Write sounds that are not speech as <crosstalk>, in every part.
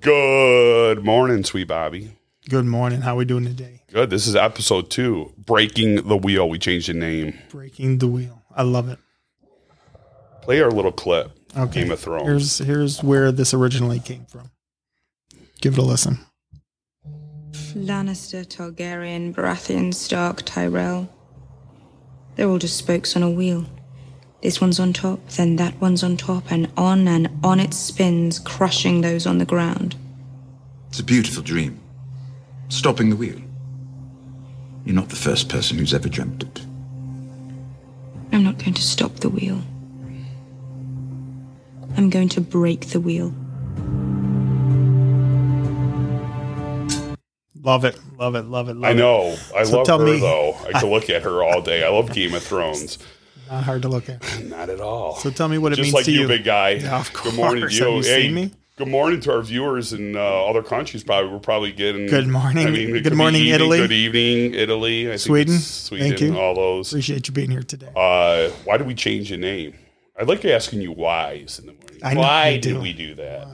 Good morning, sweet Bobby. Good morning. How we doing today? Good. This is episode two, Breaking the Wheel. We changed the name. Breaking the wheel. I love it. Play our little clip, Okay. Game of Thrones. Here's here's where this originally came from. Give it a listen. Lannister, Targaryen, Baratheon, Stark, Tyrell. They're all just spokes on a wheel. This one's on top, then that one's on top, and on and on it spins, crushing those on the ground. It's a beautiful dream. Stopping the wheel. You're not the first person who's ever dreamt it. I'm not going to stop the wheel. I'm going to break the wheel. Love it. Love it. Love it. Love I know. I So love tell her, me- though. I <laughs> could look at her all day. I love Game of Thrones. It. Not hard to look at. Not at all. So tell me what it Just means like to you, you. big guy. Yeah, of Good morning to course. you. Have you Hey, seen me? Good morning to our viewers in uh, other countries. Probably we're probably getting Good morning. it Good could be morning, evening, Italy. Good evening, Italy. I think Sweden. it's Sweden. Thank you. All those. Appreciate you being here today. Uh, why did we change the name? I'd like to asking you whys in the morning. I know why you did do. we do that?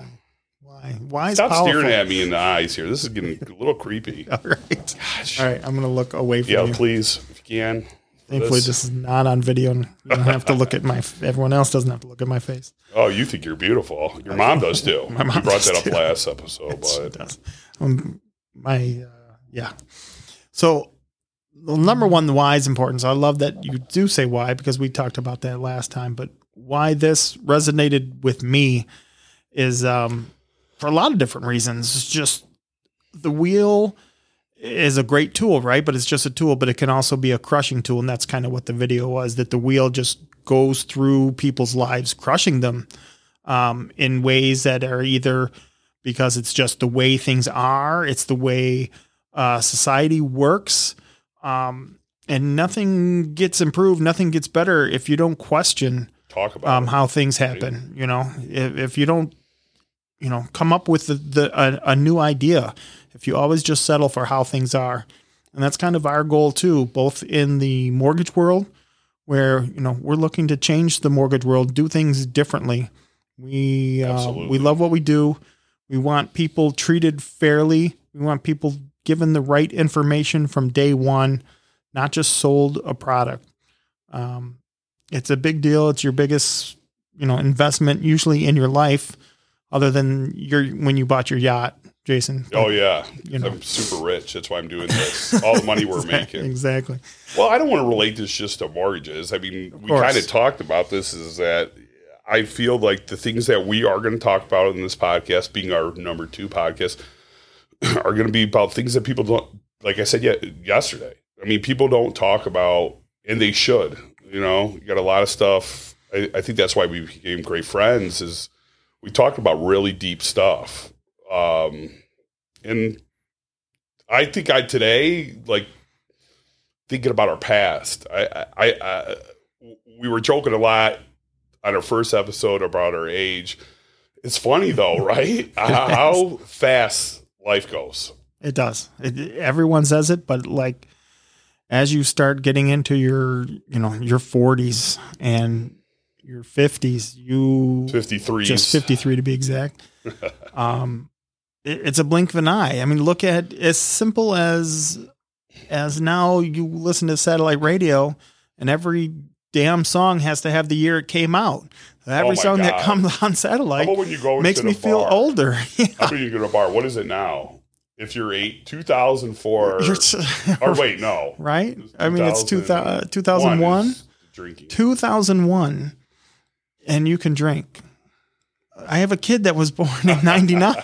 Why? Why is Stop powerful? staring at me in the eyes here. This is getting a little creepy. <laughs> All right. All right. I'm gonna look away from Yeah, you. please, if you can. Thankfully, This- this is not on video. and You don't have to look at my. Everyone else doesn't have to look at my face. Oh, you think you're beautiful. Your <laughs> mom does too. My mom you brought does that up too. last episode, Yes, it but does. Um, my uh, yeah. So well, number one, the why is important. So I love that you do say why because we talked about that last time. But why this resonated with me is um, for a lot of different reasons. It's just the wheel is a great tool, right? But it's just a tool, but it can also be a crushing tool, and that's kind of what the video was. That the wheel just goes through people's lives, crushing them um, in ways that are either because it's just the way things are. It's the way uh, society works. Um, and nothing gets improved, nothing gets better if you don't question talk about um, it. how things happen. You know, if, if you don't, you know, come up with the, the a, a new idea, if you always just settle for how things are, and that's kind of our goal too, both in the mortgage world, where you know we're looking to change the mortgage world, do things differently. We uh, Absolutely. we love what we do. We want people treated fairly. We want people given the right information from day one, not just sold a product. Um, it's a big deal. It's your biggest, you know, investment usually in your life, other than your when you bought your yacht, Jason. Oh yeah, You know. I'm super rich. That's why I'm doing this. All the <laughs> money we're making. exactly. Well, I don't want to relate this just to mortgages. I mean, we course. kind of talked about this. Is that I feel like the things that we are going to talk about in this podcast, being our number two podcast, <clears throat> are going to be about things that people don't. Like I said ye- yesterday, I mean, people don't talk about, and they should. You know, you got a lot of stuff. I, I think that's why we became great friends. Is we talked about really deep stuff, um, and I think I today like thinking about our past. I, I, I, we were joking a lot on our first episode about our age. It's funny <laughs> though, right? How fast life goes. It does. It, everyone says it, but like as you start getting into your, you know, your 40s and your 50s, you Fifty three. just 53 to be <laughs> exact. um, it, it's a blink of an eye. I mean, look at as simple as as now you listen to satellite radio, and every damn song has to have the year it came out. Every Oh my song God. that comes on How satellite about when you go makes into me the feel bar? older. <laughs> How about you go to a bar? What is it now? If you're eight, two thousand four. You're <laughs> just- Or wait, no. right? I mean, it's 2000 2000, 2001. is Drinking. 2001 and you can drink. I have a kid that was born in 99.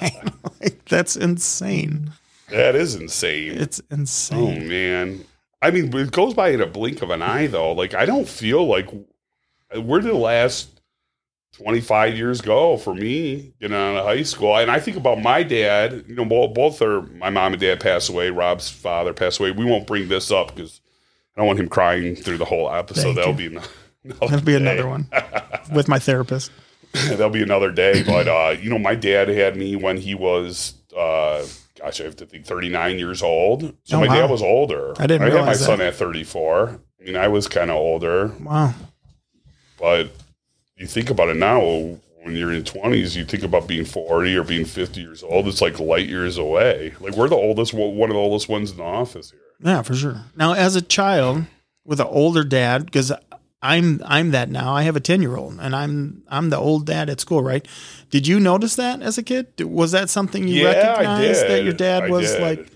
like, that's insane. That is insane. It's Oh insane. man, I mean, it goes by in a blink of an eye, though. Like I don't feel like where did the last twenty five years go for me getting out of high school? And I think about my dad. You know, both, both are my mom and dad passed away. Rob's father passed away. We won't bring this up because I don't want him crying through the whole episode. Thank That'll you. be <laughs> another, That'll be day. another one with my therapist. That'll be another day. But uh, you know, my dad had me when he was. Uh, Gosh, I have to think 39 years old. So Oh, my wow. dad was older. I didn't I had my realize that. son at 34. I mean, I was kind of older, Wow. but you think about it now, when you're in your 20s, you think about being 40 or being 50 years old. It's like light years away. Like we're the oldest, one of the oldest ones in the office here. Yeah, for sure. Now, as a child with an older dad, because I'm I'm that now. I have a ten year old, and I'm I'm the old dad at school, right? Did you notice that as a kid? D- Was that something you Yeah, I recognized that did. your dad I was did. like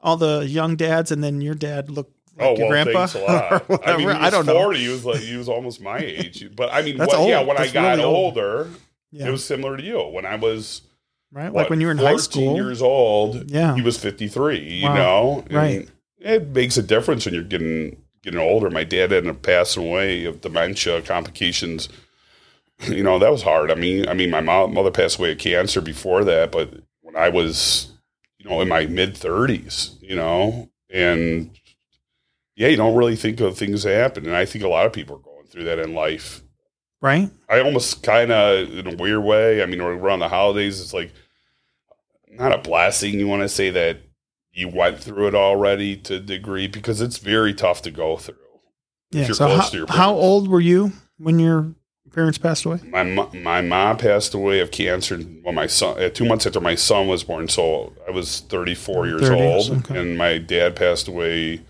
all the young dads, and then your dad looked like Oh well, your grandpa? thanks a lot. <laughs> or I mean, he whatever? was I don't know. forty. He was like he was almost my age. But I mean, That's what- yeah, old. when That's I got really old. older, Yeah, it was similar to you. When I was right. what, like when you were in high 14 school. years old, Yeah. he was fifty three. You Wow. know, And Right. It makes a difference when you're getting getting older. My dad ended up passing away of dementia complications. <laughs> You know that was hard. I mean, I mean, my mom, mother passed away of cancer before that, but when I was, you know, in my mid thirties, you know, and yeah, you don't really think of things that happen. And I think a lot of people are going through that in life. right. I almost kind of, in a weird way, I mean, around the holidays, it's like not a blessing. You want to say that you went through it already to a degree because it's very tough to go through. Yeah. you're So close how, to your how parents. old were you when your parents passed away? My mo- my mom passed away of cancer when my son uh, two months after my son was born, so I was thirty four years 30 years, old, Oh, okay. and my dad passed away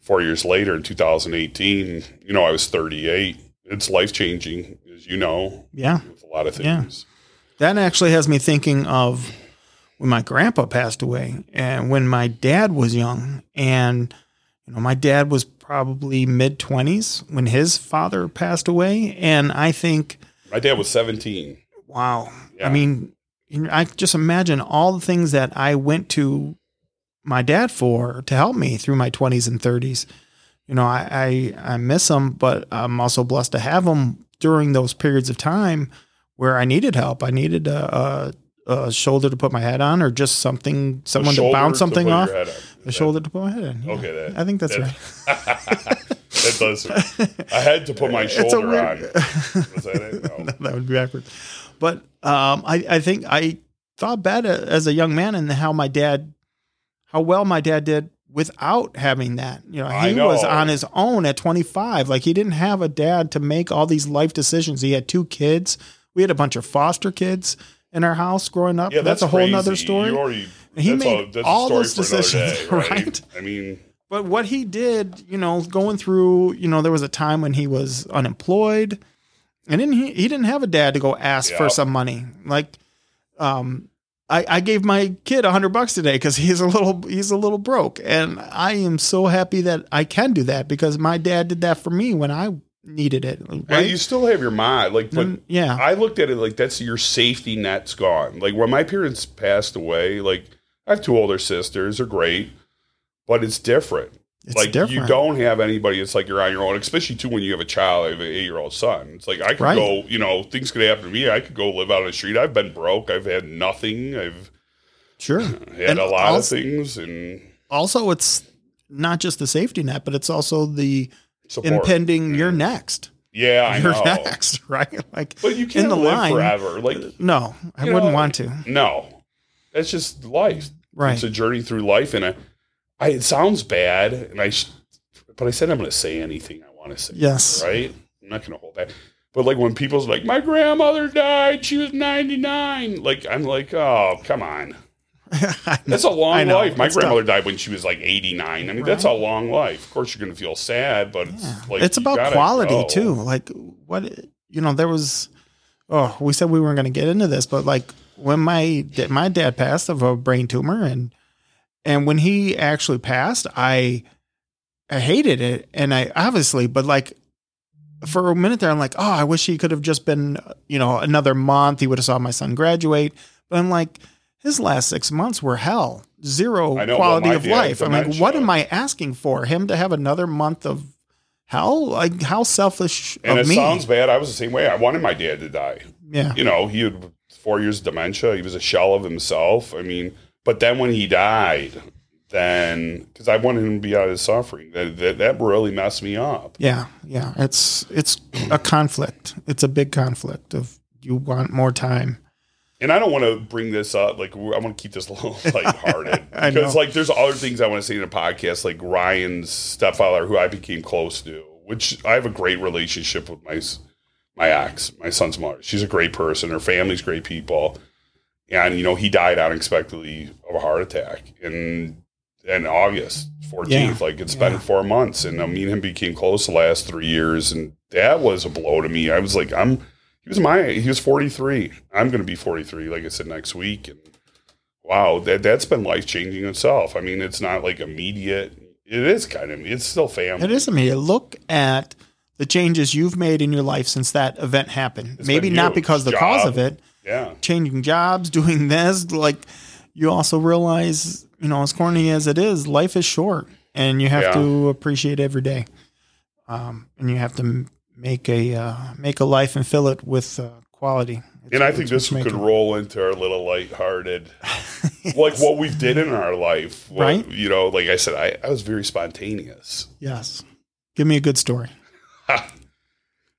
four years later in two thousand eighteen. You know, I was thirty eight. It's life changing, as you know, Yeah. with a lot of Yeah. things. That actually has me thinking of when my grandpa passed away and when my dad was young. And, you know, my dad was probably mid 20s when his father passed away. And I think, My dad was seventeen. wow. Yeah. I mean, you know, I just imagine all the things that I went to my dad for to help me through my 20s and 30s. You know, I, I, I miss him, but I'm also blessed to have him during those periods of time where I needed help. I needed a, a, a shoulder to put my head on or just something, The someone to shoulder bounce something put your off. head up. The shoulder to put my head on. Yeah. Okay, that- I think that's that- right. <laughs> that does. I had to put my a shoulder <laughs> on. weird- Was that it? No. <laughs> that would be backward. But um, I, I think I thought bad a- as a young man and how my dad, how well my dad did without having that. You know, I he was know. on his own at 25. Like he didn't have a dad to make all these life decisions. He had two kids. We had a bunch of foster kids in our house growing up. Yeah, that's, that's, a whole crazy. nother story. You already, He that's made a- that's a all story those for another decisions, right? I mean, but what he did, you know, going through, you know, there was a time when he was unemployed, and then he he didn't have a dad to go ask for Yeah. some money. Like, um, I I gave my kid a hundred bucks today because he's a little he's a little broke, and I am so happy that I can do that because my dad did that for me when I needed it. and Right? you still have your mind. Like, but Mm, yeah. I looked at it like that's your safety net's gone. Like when my parents passed away, like I have two older sisters, they're great, but it's different. It's like different. you don't have anybody. It's like you're on your own, especially too when you have a child. I have an eight year old son. It's like I could Right. go, you know, things could happen to me. I could go live out on the street. I've been broke. I've had nothing. I've <clears throat> sure had And a lot also- of things and Also, it's not just the safety net, but it's also the support. Mm-hmm. impending you're next. yeah, I <laughs> You're know. next, right? Like But you can't in the live line. forever. Like No, I You know, wouldn't want to. no, that's just life. Right. It's a journey through life, and I, I it sounds bad, and I, sh- but I said I'm going to say anything I want to say. yes. right? I'm not gonna hold that. But like when people's like, my grandmother died, she was 99. Like I'm like, oh come on, <laughs> I know. that's a I long know. life. My It's grandmother died when she was like 89. I mean, that's a long life. Of course, you're gonna feel sad, but Yeah. it's like it's you about gotta quality go. too. Like what you know, there was. Oh, we said we weren't going to get into this, but like when my da- my dad passed of a brain tumor, and and when he actually passed, I I hated it, and I obviously, but like for a minute there, I'm like, oh, I wish he could have just been, you know, another month. He would have saw my son graduate. But I'm like, his last six months were hell, zero I know, well, quality my of dad life. I'm like, dementia. what am I asking for? Him to have another month of hell? Like, how selfish And of it me? sounds bad. I was the same way. I wanted my dad to <laughs> die. yeah, You know, he had four years of dementia. He was a shell of himself. I mean, but then when he died, then because I wanted him to be out of his suffering, that that, that really messed me up. yeah, yeah. It's it's a conflict. It's a big conflict of you want more time. and I don't want to bring this up. Like we're- I want to keep this <laughs> a little lighthearted <laughs> I because know. like there's other things I want to say in a podcast. Like Ryan's stepfather, who I became close to, which I have a great relationship with my s- my ex, my son's mother. She's a great person. Her family's great people. And, you know, he died unexpectedly of a heart attack in, in August 14th. Yeah. Like it's Yeah. been four months. And uh, me and him became close the last three years. And that was a blow to me. I was like, I'm, he was my, he was 43. I'm going to be 43, like I said, next week. And wow, that, that's been life changing itself. I mean, it's not like immediate. It is kind of, it's still family. It is immediate. Look at the changes you've made in your life since that event happened. It's Maybe been not huge. because of the Job. cause of it, Yeah. changing jobs, <laughs> doing this. Like you also realize, you know, as corny as it is, life is short, and you have Yeah. to appreciate every day. Um, and you have to m- make a uh, make a life and fill it with uh, quality. and I think this It's could making- roll into our little <laughs> lighthearted, like what we've did in our life, What- Right. You know, like I said, I, I was very spontaneous. yes. Give me a good story.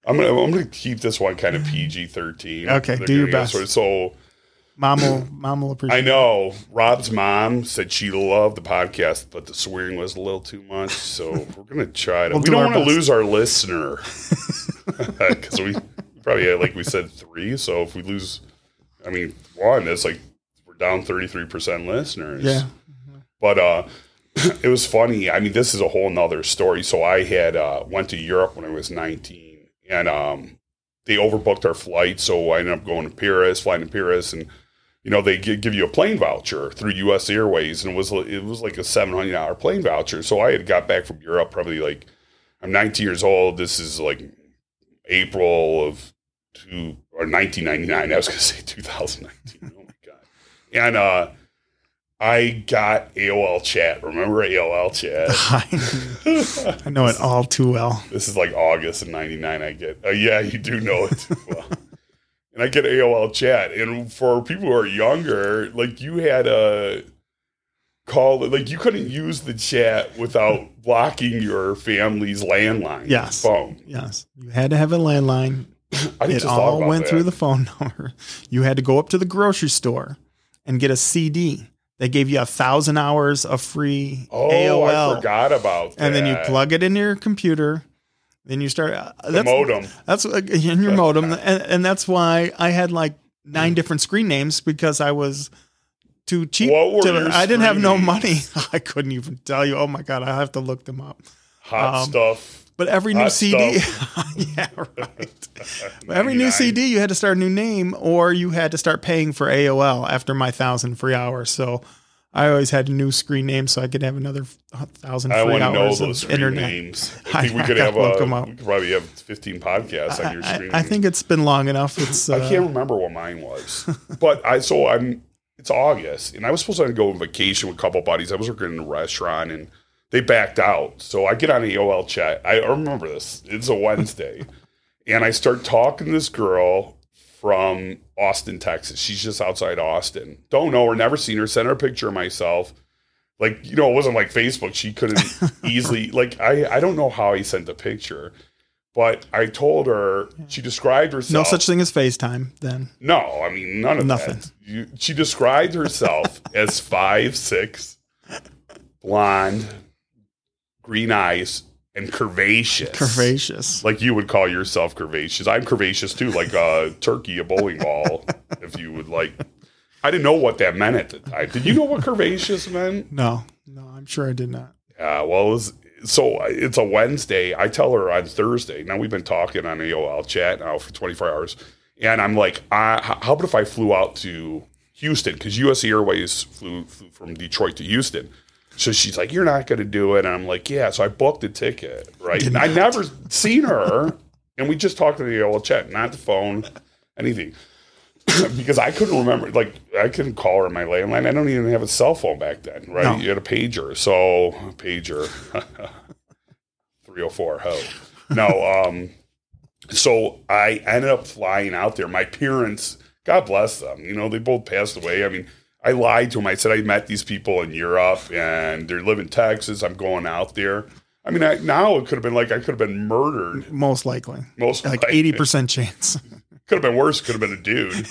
I'm gonna I'm gonna keep this one <sighs> kind of PG thirteen. Okay, do your best. So Mom will <laughs> mom will appreciate. I <laughs> know Rob's mom said she loved the podcast, but the swearing was a little too much. So <laughs> we're gonna try to. We'll we do don't our want to best. lose our <laughs> listener <laughs> because we probably had, like we said three. So if we lose, I mean one, that's like we're down thirty three percent listeners. Yeah. But uh, <clears throat> it was funny. I mean, this is a whole nother story. So I had uh, went to Europe when I was 19, and um, they overbooked our flight. So I ended up going to Paris, flying to Paris, and you know they gi- give you a plane voucher through U.S. Airways, and it was it was like a 700 dollar plane voucher. So I had got back from Europe probably like I'm 19 years old. This is like April of two or 1999. I was gonna <laughs> say 2019. oh my god! And uh, I got AOL chat. Remember AOL chat? <laughs> I, I <laughs> know it all too well. This is like August of '99. I get, oh yeah, you do know it. too well. <laughs> and I get AOL chat. And for people who are younger, like you had a call, like you couldn't use the chat without blocking your family's landline Yes. phone. Yes, you had to have a landline. I It just thought all about went that. through the phone <laughs> number. You had to go up to the grocery store and get a CD. They gave you a thousand hours of free oh, AOL, I forgot about that. and then you plug it into your computer. Then you start uh, the modem. That's uh, in your <laughs> modem, and, and that's why I had like Mm. nine different screen names because I was too cheap. What were to- your I didn't have screen no names? money. <laughs> I couldn't even tell you. Oh my god, I have to look them up. Hot Um, stuff. But every new Hot CD, <laughs> yeah, right. <laughs> But every new 99. CD, you had to start a new name, or you had to start paying for AOL after my thousand free hours. So I always had a new screen name, so I could have another thousand I free want to know hours those of screen internet. <laughs> names. I- I think we I could gotta have look 'em a, up. we could probably have 15 podcasts on your I, screen. I think it's been long <laughs> enough. It's I uh, can't remember what mine was, <laughs> but I so I'm it's August and I was supposed to go on vacation with a couple buddies. I was working in a restaurant and they backed out. So I get on AOL chat. I remember this. <laughs> It's a Wednesday, and I start talking to this girl from Austin, Texas. She's just outside Austin. Don't know her. Never seen her. Sent her a picture of myself. Like you know, it wasn't like Facebook. She <laughs> couldn't easily like I. I don't know how he sent the picture. But I told her she described no herself. such thing as FaceTime <laughs> then. No, I mean none of Nothing. That. You, she described herself as five six, blonde, green eyes, and curvaceous. Curvaceous. Like you would call yourself curvaceous. I'm curvaceous too, like a turkey, a bowling ball, if you would like. I didn't know what that meant at the time. Did you know what curvaceous meant? No, no, I'm sure I did not. Yeah, Uh, well, it was, so uh, it's a Wednesday. I tell her on Thursday. Now we've been talking on AOL chat now for 24 hours, and I'm like, I, h- how about if I flew out to Houston because U.S. Airways flew, flew from Detroit to Houston. So she's like, "You're not going to do it," and I'm like, "Yeah." So I booked a ticket, right? And I never seen her, and we just talked on the AOL chat, not the phone, anything <laughs> because I couldn't remember. Like I couldn't call her on my landline. I don't even have a cell phone back then, right? No. You had a pager, so pager, <laughs> three hundred four. Ho, no. Um, so I ended up flying out there. My parents, God bless them, you know, they both passed away. I mean, I lied to them. I said I met these people in Europe and they live in Texas. I'm going out there. I mean, I, now it could have been like I could have been murdered. Most likely, Most like likely. eighty percent chance. <laughs> Could have been worse. Could have been a dude,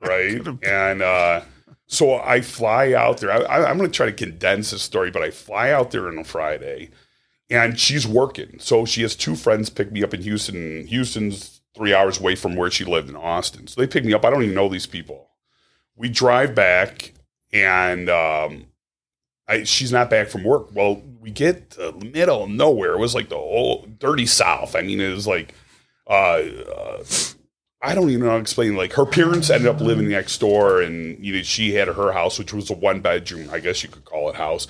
right? And uh, so I fly out there. I, I, I'm going to try to condense this story, but I fly out there on a Friday, and she's working. So she has two friends pick me up in Houston. Houston's three hours away from where she lived in Austin. So they picked me up. I don't even know these people. We drive back, and um, I, she's not back from work. Well, we get to the middle of nowhere. It was like the old dirty South. I mean, it was like, uh, uh, I don't even know how to explain. Like her parents ended up living next door, and you know she had her house, which was a one bedroom, I guess you could call it house.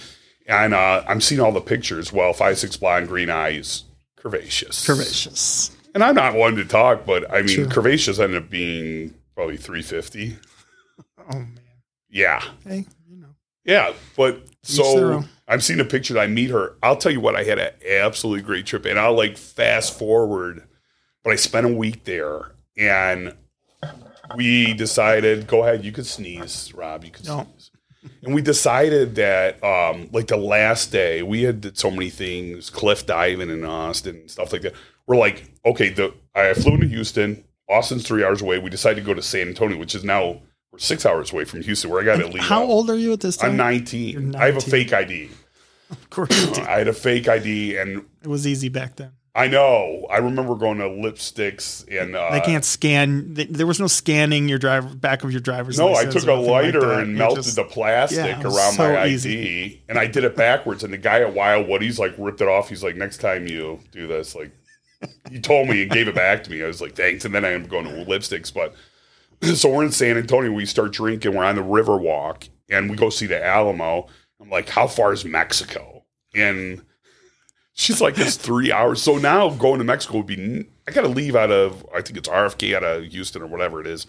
And uh, I'm seeing all the pictures. Well, five six blonde, green eyes, curvaceous, curvaceous. and I'm not one to talk, but I mean, Sure. curvaceous ended up being probably 350. Oh man. Yeah. Hey, you know. Yeah. But their so own. I'm seeing a picture that I meet her. I'll tell you what, I had an absolutely great trip and I'll like fast forward, but I spent a week there and we decided, go ahead, you could sneeze, Rob, you could No. sneeze. And we decided that, um, like the last day, we had did so many things, cliff diving in Austin and stuff like that. We're like, okay, the I flew into Houston. Austin's three hours away. We decided to go to San Antonio, which is now we're six hours away from Houston, where I got to leave. How old are you at this time? I'm You're 19. I have a 19. fake ID. Of course you do. I had a fake ID, and It was easy back then. I know. I remember going to lipsticks and uh, They can't scan. th- There was no scanning your driver back of your driver's. No, I took license or a anything like lighter that. and You melted just- the plastic Yeah, it was around so my ID, easy. and I did it backwards. And the guy at Wild Woody's like ripped it off. He's like, "Next time you do this, like." He told me and gave it back to me. I was like, thanks. And then I am going to lipsticks. But <clears throat> so we're in San Antonio. We start drinking. We're on the river walk and we go see the Alamo. I'm like, how far is Mexico? And she's like, it's three hours. So now going to Mexico would be, I got to leave out of, I think it's RFK out of Houston or whatever it is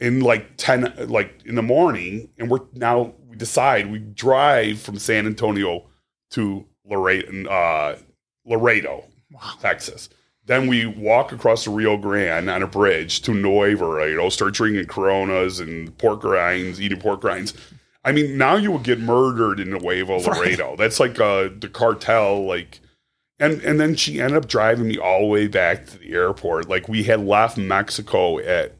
in like 10, like in the morning. And we're now, we decide we drive from San Antonio to Laredo, uh, Laredo, Texas. Then we walk across the Rio Grande on a bridge to Nueva, you know, start drinking Coronas and pork rinds, eating pork rinds. I mean, now you would get murdered in Nuevo Laredo. That's like uh, the cartel, like, and and then she ended up driving me all the way back to the airport. Like we had left Mexico at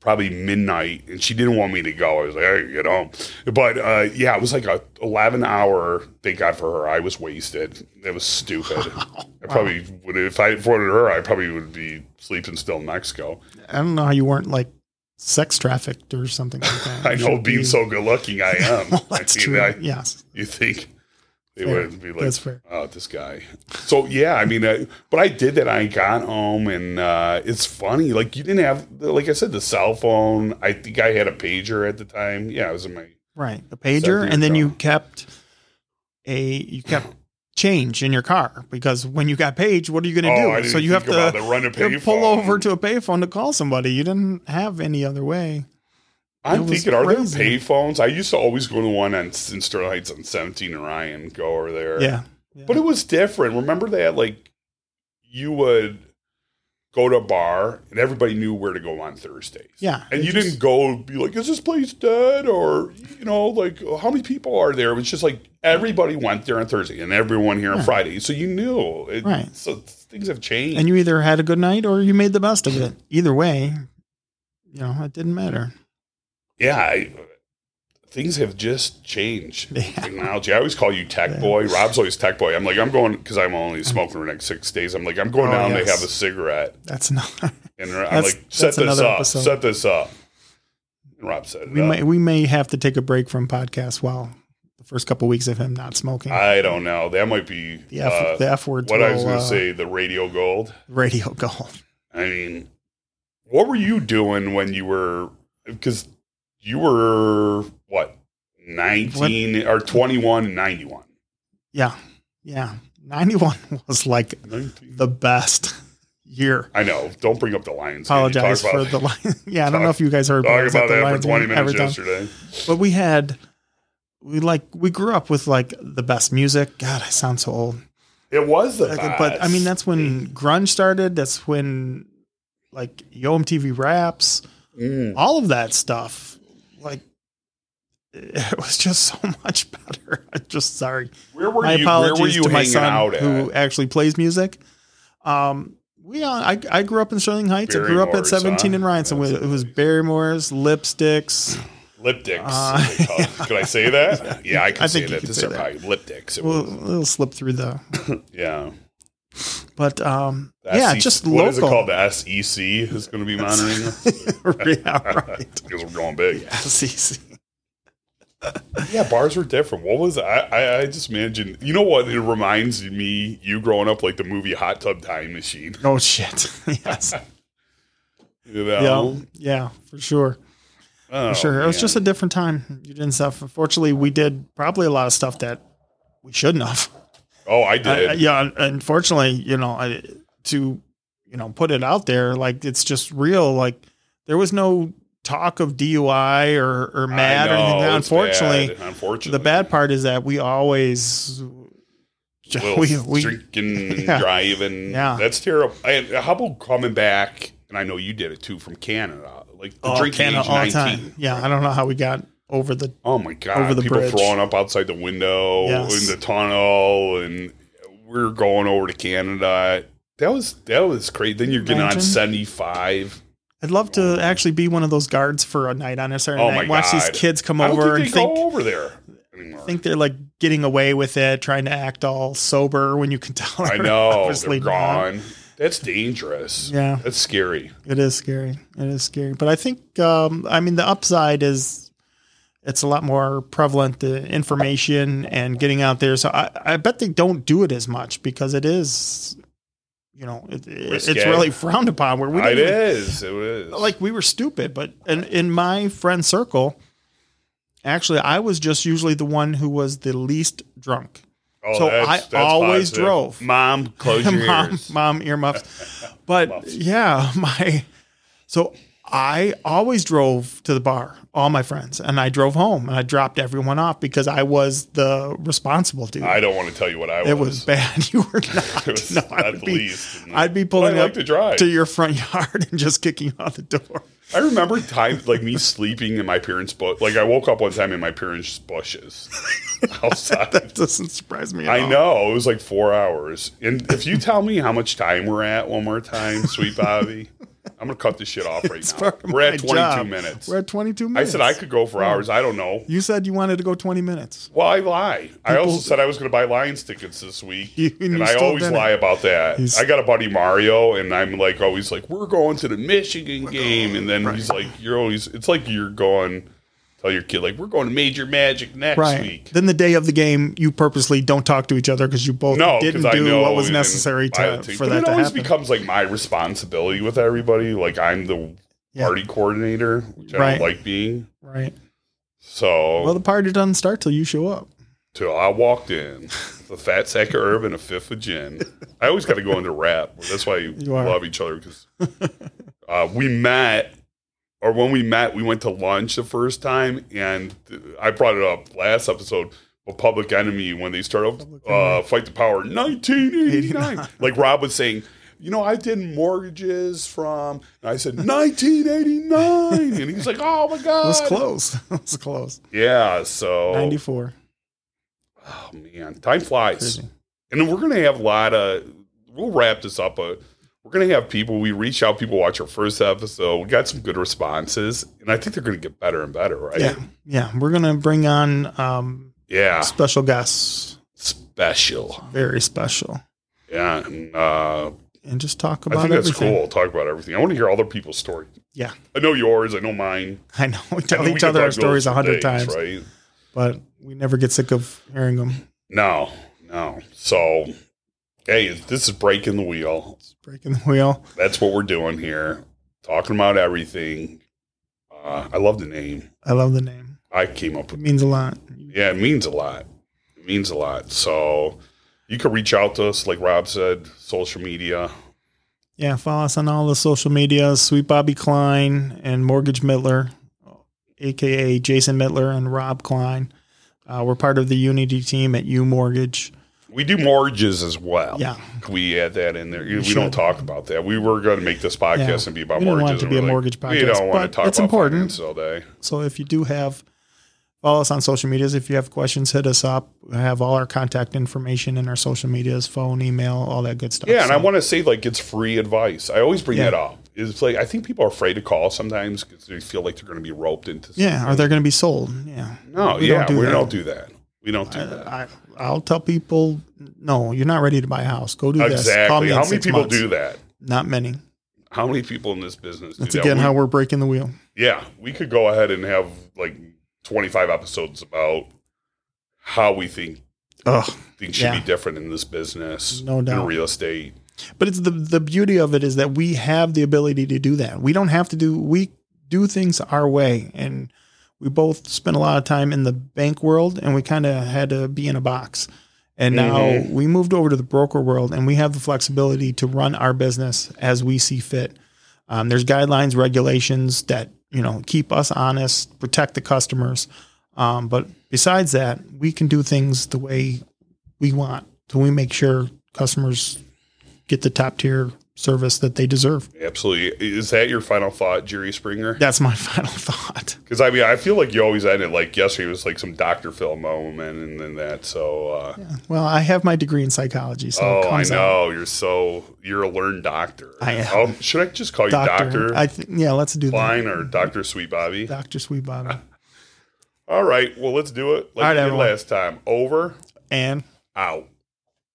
probably midnight, and she didn't want me to go. I was like, hey, get home. But uh, yeah, it was like a eleven hour. Thank God for her. I was wasted. It was <laughs> stupid. I probably would if I afforded her, I probably would be sleeping still in Mexico. I don't know how you weren't like sex trafficked or something like <laughs> that. I You know should being be- <laughs> so good looking, I am. I That's mean, true. I- yes. you think they Fair. would be like, That's fair. oh, this guy. So yeah, I mean, I, but I did that. I got home, and uh, it's funny. Like you didn't have, like I said, the cell phone. I think I had a pager at the time. Yeah, I was in my. Right. A Seven pager, years and then you ago. kept a you kept change in your car because when you got paged, what are you going to Oh, I do? didn't So you think have about to the run to you payphone. pull over to a payphone to call somebody. You didn't have any other way. I'm It was thinking, are there crazy. payphones? I used to always go to one on in Sterling Heights on 17 and Ryan. Go over there. Yeah. But it was different. Remember that, like, you would go to a bar and everybody knew where to go on Thursdays. Yeah, And it you just- didn't go be like, is this place dead? Or, you know, like, how many people are there? It was just like everybody went there on Thursday and everyone here on Friday. So you knew. It, Right. So things have changed. And you either had a good night or you made the best of it. Either way, you know, it didn't matter. yeah. I, things have just changed. <laughs> Yeah. Technology. I always call you tech boy. Rob's always tech boy. I'm like, I'm going, because I'm <laughs> only smoking for the next six days. I'm like, I'm going Oh, down to yes. have a cigarette. That's not <laughs> And I'm That's- like, set that's this another up. episode. Set this up. And Rob said, it we up. may we may have to take a break from podcasts while the first couple weeks of him not smoking. I don't know. That might be the F uh, the F words what I was will, going to uh, say, the radio gold. radio gold. I mean, what were you doing when you were, because you were, what, 19 or 21 and 91? Yeah. Yeah. 91 <laughs> was like the best <laughs> year. I know. Don't bring up the Lions. game. You Apologize talk for about, <laughs> the line. <laughs> Yeah, I don't know if you guys heard but I Talk was about at the that Lions for 20 game minutes every time. yesterday. But we had we like we grew up with like the best music. God, I sound so old. It was the Like, but I mean, that's when grunge started. That's when like Yo MTV Raps, Mm. all of that stuff. Like it was just so <laughs> much better. I'm just sorry. Where were my you, where apologies were you to my hanging son out at? who actually plays music. Um, we uh, I, I grew up in Sterling Heights. I grew up at Barrymore's, 17 huh? in Ryan. So That's it was Barrymore's, Lipsticks. <sniffs> Lipticks. Uh, they call <laughs> it. Could I say that? Yeah, I can I say think you that. could This say are that. probably lipticks. It We'll, was- it'll slip through the. yeah. But um, The yeah, SEC just What local. is it called? The SEC is going to be monitoring us <laughs> yeah, right. because we're going big. SEC. Yeah, bars were different. What was I, I? I just imagine. You know what? It reminds me you growing up like the movie Hot Tub Time Machine. Oh shit. <laughs> yes. You Yeah. know, Yeah, for sure. Oh, For sure. It was man. just a different time. You didn't stuff. Unfortunately, we did probably a lot of stuff that we shouldn't have. Oh, I did. I- I- yeah, un- unfortunately, you know, I, to you know put it out there, like it's just real. Like there was no talk of DUI or or mad or anything. know, it's Unfortunately, bad. unfortunately, the bad part is that we always <laughs> Well, we we drinking and <laughs> Yeah. driving. Yeah. that's terrible. And how about coming back? And I know you did it too from Canada. Like the oh, drinking Canada age all 19. the time. Yeah, I don't know how we got over the Oh my god! Over the People bridge. throwing up outside the window Yes. in the tunnel, and we're going over to Canada. That was that was crazy. Then you're getting Imagine. on seventy five. I'd love to actually be one of those guards for a night on a Saturday Oh my night. Watch these God. kids come I don't over think and they think go over there anymore. think they're like getting away with it, trying to act all sober when you can <laughs> tell. I they're know obviously they're not. gone. That's dangerous. Yeah. that's scary. It is scary. It is scary. But I think, um, I mean, the upside is it's a lot more prevalent, the information and getting out there. So I, I bet they don't do it as much because it is, you know, it, it- it's Risque. really <laughs> frowned upon where we It didn't even- is. It is. like we were stupid. But in, in my friend circle, actually, I was just usually the one who was the least drunk. Oh, So I always drove. <laughs> Mom, close your mom, ears. mom earmuffs. But yeah, <laughs> my so I always drove to the bar, all my friends, and I drove home and I dropped everyone off because I was the responsible dude. I don't want to tell you what I it was was. <laughs> bad. You were <laughs> not. It was <laughs> no, I not would the be. least. I'd be Well, I pulling like up to drive. to your front <laughs> yard and just kicking you out the door. <laughs> I remember time like me sleeping in my parents' bush. Like I woke up one time in my parents' bushes <laughs> outside. Doesn't surprise me. At I all. know it was like four hours. And if you tell me how much time we're at one more time, sweet Bobby, I'm gonna cut this shit off right <laughs> It's now. part of We're at my 22 job. minutes. We're at 22 I minutes. said I could go for hours. I don't know. You said you wanted to go 20 minutes. Well, I lie. I also People- said I was going to buy Lions tickets this week, <laughs> You- and and, you I still always didn't. lie about that. He's- I got a buddy Mario, and I'm like always like we're going to the Michigan game, and then he's like you're always it's like you're going tell your kid like we're going to Major Magic next Right. week. Then the day of the game, you purposely don't talk to each other because you both No, didn't 'cause I do know what was and necessary I to, would take- for but that It to always happen. becomes like my responsibility with everybody. Like I'm the Yeah. party coordinator, which I Right. don't like being. right. So Well, the party doesn't start till you show up. till I walked <laughs> in. The fat sack of herb and a fifth of gin. I always got to go into rap. That's why we <laughs> You are. love each other because uh, we met, or when we met, we went to lunch the first time, and I brought it up last episode. But Public Enemy, when they start off uh, Fight the Power, <laughs> 1989. like Rob was saying, you know, I did mortgages from, and I said 1989, and he's like, oh my god, <laughs> It was close. It was close. Yeah, so 94. Oh man, time flies. Crazy. And then we're gonna have a lot of. We'll wrap this up, but we're gonna have people. We reach out. People watch our first episode. We got some good responses, and I think they're gonna get better and better, right? Ah. Yeah. Yeah. We're going to bring on um, Yeah. special guests, Special. very special, Yeah. And, uh, and just talk I about think that's everything. cool. Talk about everything. I want to hear other people's story. Yeah. I know yours. I know mine. <laughs> I know. We I tell mean, we each could other talk our those stories a for hundred days, times, right? but we never get sick of hearing them. No, no. So, hey, this is breaking the wheel. Breaking the wheel. That's what we're doing here. Talking about everything. Uh, I love the name. I love the name. I came up It with. means a lot. Yeah, it means a lot. It means a lot. So you can reach out to us, like Rob said, social media. Yeah, follow us on all the social media, Sweet Bobby Klein and Mortgage Mittler, aka Jason Mittler and Rob Klein. Uh, we're part of the Unity team at U Mortgage. We do mortgages as well. Yeah. Can we add that in there. we should. don't talk about that. We were going to make this podcast Yeah. and be about We didn't want mortgages. it to and be a we're like, mortgage We podcast, don't want but to talk it's about important. finance all day. So if you do have, follow us on social medias. If you have questions, hit us up. We have all our contact information in our social medias, phone, email, all that good stuff. Yeah, and I So- want to say like it's free advice. I always bring Yeah. that up. It's like I think people are afraid to call sometimes because they feel like they're going to be roped into. yeah, are they going to be sold? Yeah. No, We yeah, don't do we that. Uh, don't do that. We don't do that. I, I'll tell people, no, you're not ready to buy a house. Go do this. Call exactly. me in How many six people months. do that? Not many. How many people in this business do That's that? again We- how we're breaking the wheel. yeah, we could go ahead and have like 25 episodes about how we think Ugh. things should Yeah. be different in this business, No doubt. in real estate. But it's the the beauty of it is that we have the ability to do that. We don't have to do we do things our way and we both spent a lot of time in the bank world and we kind of had to be in a box. And now we moved over to the broker world and we have the flexibility to run our business as we see fit. Um, there's guidelines, regulations that you know keep us honest, protect the customers. Um, but besides that, we can do things the way we want. So we make sure customers get the top tier service that they deserve. Absolutely. Is that your final thought, Jerry Springer? That's my <laughs> final thought. Because I mean, I feel like you always end it like yesterday was like some Dr. Phil moment and then that. So, uh, Well, I have my degree in psychology, so it oh, I comes out know. You're so, you're a learned doctor. I am. Oh, should I just call you doctor. Dr. I think yeah, let's do Klein or Dr. Sweet Bobby? that. Doctor Sweet Bobby All right. Well, let's do it like All right, we did everyone. last time. Over, <laughs> and. out.